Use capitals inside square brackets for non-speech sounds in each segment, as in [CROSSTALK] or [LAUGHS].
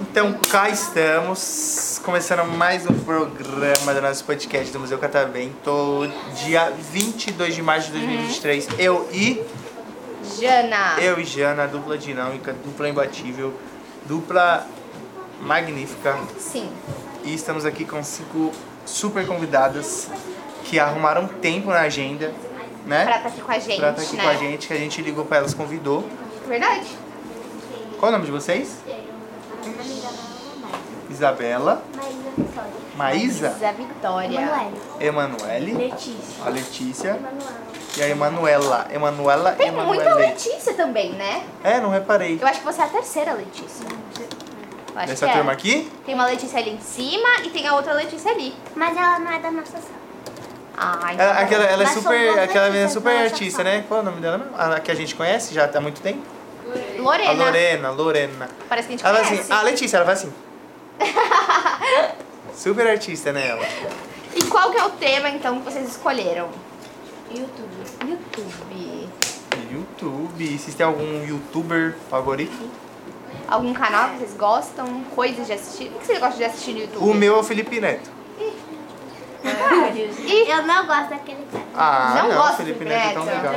Então cá estamos, começando mais um programa do nosso podcast do Museu Catavento, dia 22 de março Uhum. de 2023. Eu e Jana. eu e Jana, dupla dinâmica, dupla imbatível, dupla magnífica. Sim. E estamos aqui com cinco super convidadas que arrumaram tempo na agenda, né? Pra estar aqui com a gente, Pra tá aqui né? com a gente, que a gente ligou pra elas, convidou. Verdade. Qual o nome de vocês? Isabela, Maísa, Isa Vitória. Emanuele, Letícia. a Letícia e a Emanuela. Emanuela Tem muita Emanuele. Letícia também, né? É, não reparei. Eu acho que você é a terceira Letícia. Eu acho Dessa que é. turma aqui? Tem uma Letícia ali em cima e tem a outra Letícia ali. Mas ela não é da nossa sala. Ah, então. Ela, aquela, ela é Mas são super, duas aquela menina artistas, super então, artista, né? Qual é o nome dela mesmo? A que a gente conhece já tá há muito tempo? é- Lorena. A Lorena, Lorena. Parece que a gente Ela conhece. assim, a Letícia, ela vai [LAUGHS] assim. Super artista, né, ela? E qual que é o tema, então, que vocês escolheram? YouTube. YouTube. YouTube. Vocês têm algum youtuber favorito? Algum canal que vocês gostam? Coisas de assistir? O que vocês gostam de assistir no YouTube? O meu é o Felipe Neto. Ih. Eu não gosto daquele cara. Ah, Não não, gosto o Felipe de Neto é tão Neto. legal.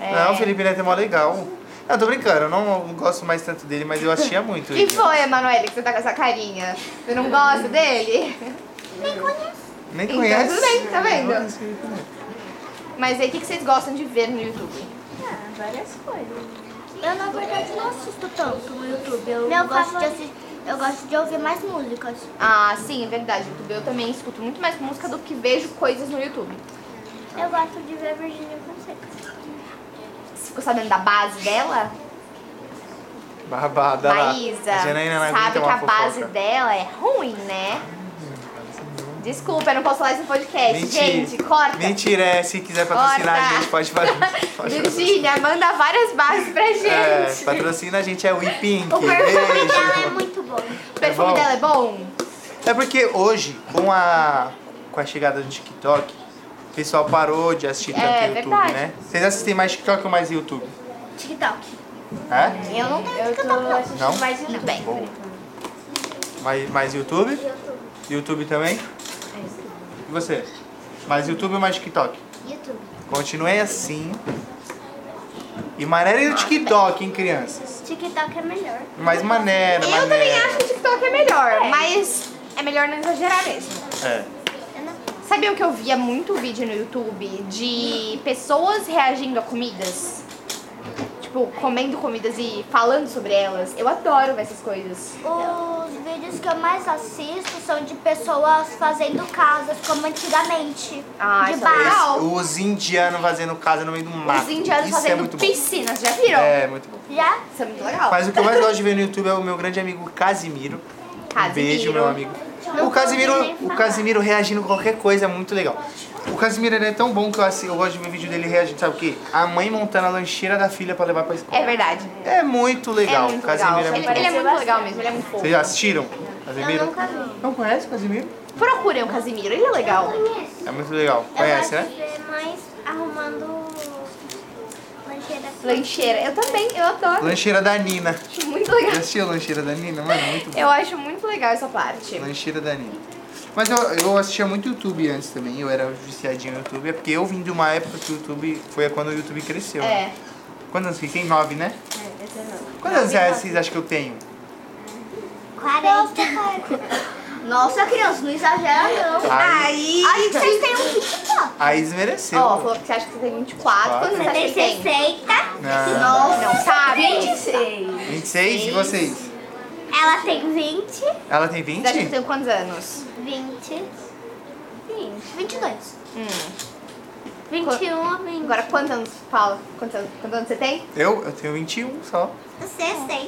É. Não, o Felipe Neto é mó legal. Não, tô brincando, eu não não gosto mais tanto dele, mas eu assistia muito Que ele. foi, Emanuele, que você tá com essa carinha? Você não gosta dele? Nem Então, conhece. tudo bem, tá vendo? Não conhece o Felipe Neto. Mas aí, o que que vocês gostam de ver no YouTube? várias coisas. Eu, na verdade, não assisto tanto no YouTube. Eu, gosto, de assis- eu gosto de ouvir mais assim. músicas. Ah, sim, é verdade. YouTube. Eu também escuto muito mais música do que vejo coisas no YouTube. Eu gosto de ver Virginia Fonseca. Você ficou sabendo da base dela? Babada lá. Maísa. A Janaína não aguenta sabe que uma a base fofoca. dela é ruim, né? Desculpa, eu não posso falar isso no podcast. Mentira. Gente, corta. Mentira, é, se quiser patrocinar Corta. a gente, [LAUGHS] pode fazer. Pode Virgínia, manda várias bases pra gente. É, patrocina a gente, é o Pink. O perfume Ela é Beijo. muito boa. o perfume bom? dela é bom? É porque hoje, com a, com a chegada do TikTok, o pessoal parou de assistir tanto É, YouTube, verdade. né? Vocês assistem mais TikTok ou mais YouTube? TikTok. É? Eu não tenho eu tô... Não? mais Tudo bem. Bom. Mais, mais YouTube? YouTube também? E você? Mais YouTube ou mais TikTok? YouTube. Continue assim. E maneira no TikTok, hein, crianças? TikTok é melhor. Mais maneira, Eu maneira. também acho que o TikTok é melhor, mas é melhor não exagerar mesmo. É. Eu não... Sabiam que eu via muito vídeo no YouTube de pessoas reagindo a comidas? Tipo, comendo comidas e falando sobre elas. Eu adoro ver essas coisas. Os vídeos que eu mais assisto são de pessoas fazendo casas como antigamente. Ah, de isso é legal. barro. Os indianos fazendo casa no meio do mato. Os indianos Isso fazendo é muito bom. piscinas, já viram? É, muito bom. Já? Isso é muito legal. Mas o que eu mais gosto de ver no YouTube é o meu grande amigo Casimiro. Um Casimiro. beijo, meu amigo. Não O Casimiro, pode nem o falar. Casimiro reagindo a qualquer coisa é muito legal. O Casimiro ele é tão bom que eu, assi- eu gosto de ver vídeo dele reagindo, sabe o quê? A mãe montando a lancheira da filha pra levar pra escola. É verdade. É muito legal. É muito o Casimiro legal. é muito ele, ele é bom. muito legal mesmo, ele é muito fofo. Vocês já assistiram? Casimiro? Eu nunca vi. Não conhece o Casimiro? Procurem o Casimiro, ele é legal. Conheço. É muito legal. Conhece, né? ver mais arrumando lancheira. Lancheira, eu também, eu adoro. Lancheira da Nina. Acho muito Já legal. assistiu Lancheira da Nina? Mano, é muito bom. Eu acho muito legal essa parte. Lancheira da Nina. Mas eu, eu assistia muito YouTube antes também, eu era viciadinho no YouTube, é porque eu vim de uma época que o YouTube foi quando o YouTube cresceu. né? É. Quantos anos que tem? Nove, né? Quantos anos vocês acham que eu tenho? 40. Nossa, criança, não exagera não. Aí- Aí, aí que vocês [LAUGHS] têm um... Aí desmereceu. Ó, falou que você acha que você tem 24, quantos você acha que tem? 60. não. Nossa, não tá, sabe? 26 e vocês? Ela tem 20. Ela tem 20? Você acha que eu tenho quantos anos? 20. 20. 22. Hum. 21 20. Agora, quantos anos, Paula? Quantos anos, quantos anos você tem? Eu? Eu tenho 21 só. 60. É.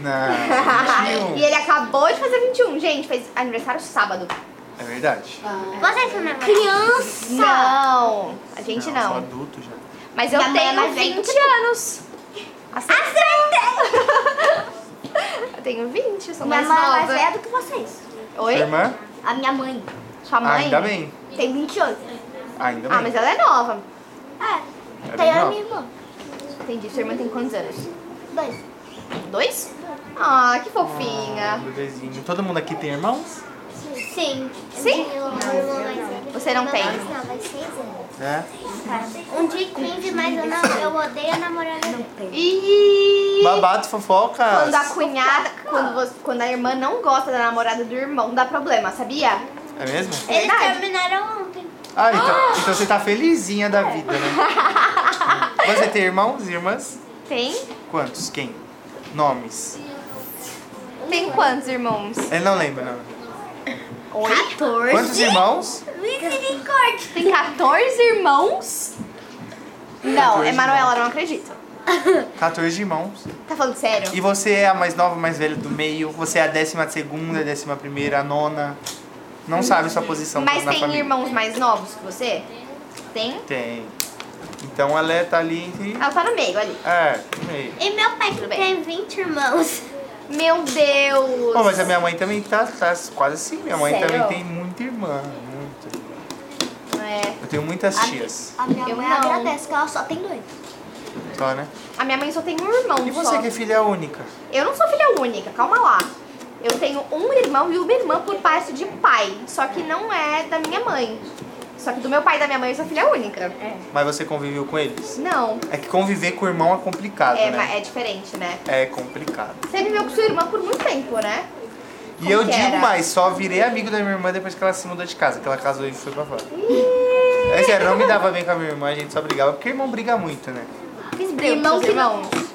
Não, 21. [LAUGHS] e ele acabou de fazer 21, gente. Fez aniversário sábado. É verdade. Ah, Você que é criança. Não, a gente Eu sou não. adulto já. Mas eu Minha mãe é tenho mais velha 20 que anos. [LAUGHS] Acertei! eu tenho 20, eu sou Minha mais mãe é mais nova. velha do que vocês. é- Oi? Sua irmã? Ah, A minha mãe. Sua mãe Ainda bem. Tem 28. Ainda bem. Ah, mas ela é nova. É. É tem bem a nova. minha irmã. Entendi. Sua irmã tem quantos anos? Dois. Dois? Ah, que fofinha. Bebezinho. Todo mundo aqui tem irmãos? Sim. Sim? Você não tem. Não, vai seis anos. É. Um dia 15, mas eu, não, eu odeio a namorada. Não tem. E Babado, fofocas. quando a cunhada, quando, você- quando a irmã não gosta da namorada do irmão, dá problema, sabia? É mesmo? É verdade. terminaram ontem. Ah, então, então você tá felizinha da vida, né? [LAUGHS] Você tem irmãos e irmãs? Tem? Quantos? Quem? Nomes? Tem quantos irmãos? Ele não lembra, não. Oi? 14. Quantos irmãos? Misericórdia. Tem 14 irmãos? Não, 14 é Manuela, não acredito. 14 irmãos. Tá falando sério? E você é a mais nova, mais velha do meio. Você é a décima segunda, décima primeira, a nona. Não sabe sua posição Mas na tem família. irmãos mais novos que você? Tem? Tem. Então ela é- tá ali entre... Ela tá no meio ali. É, no meio. E meu pai que bem. tem 20 irmãos. Meu Deus! Bom, Oh, mas a minha mãe também tá, tá quase assim. Minha mãe Sério? também tem muita irmã. Muito. É. Eu tenho muitas A- tias. A minha Eu mãe não. agradece que ela só tem dois. Só, né? A minha mãe só tem um irmão E só. você que é filha única? Eu não sou filha única, calma lá. Eu tenho um irmão e uma irmã por parte de pai, só que não é da minha mãe. Só que do meu pai e da minha mãe eu sou filha única. É. Mas você conviveu com eles? Não, É que conviver com o irmão é complicado, é, ma- né? é diferente, né? É complicado. Você viveu com sua irmã por muito tempo, [LAUGHS] né? E eu que digo era? mais, só virei amigo da minha irmã depois que ela se mudou de casa, que ela casou e foi pra fora. É sério, não me dava bem com a minha irmã, a gente só brigava, porque irmão briga muito, né? Fiz briga Irmão com seus que não- irmãos.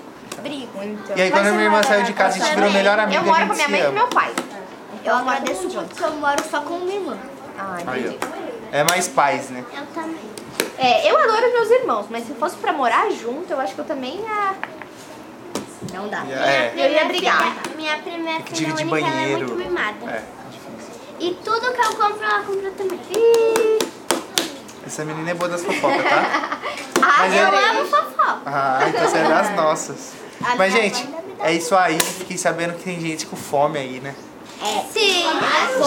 Brigo. Muito. E aí quando a minha irmã saiu de casa, a gente virou melhor amiga, eu a moro gente com a minha se mãe e com ama. meu pai. Eu Eu moro agradeço junto. muito que um eu moro só com minha irmã. Ah, Aí, entendi. ó. É mais paz, né? Eu também. É, eu adoro meus irmãos, mas se fosse pra morar junto, eu acho que eu também ia... Não dá. É, Eu ia brigar. minha primeira que filha divide única, ela é muito banheiro. mimada. É, difícil. E tudo que eu compro, ela compra também. Essa menina é boa das fofocas, [LAUGHS] tá? Ah, Mas eu é- amo fofoca. Ah, então você é das nossas. A Mas, minha gente, mãe ainda me dá é isso aí. Fiquei sabendo que tem gente com fome aí, né? É. Sim.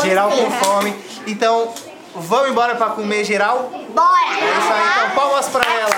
Geral com fome. Então, vamos embora pra comer geral? Bora. É isso aí, então palmas pra ela.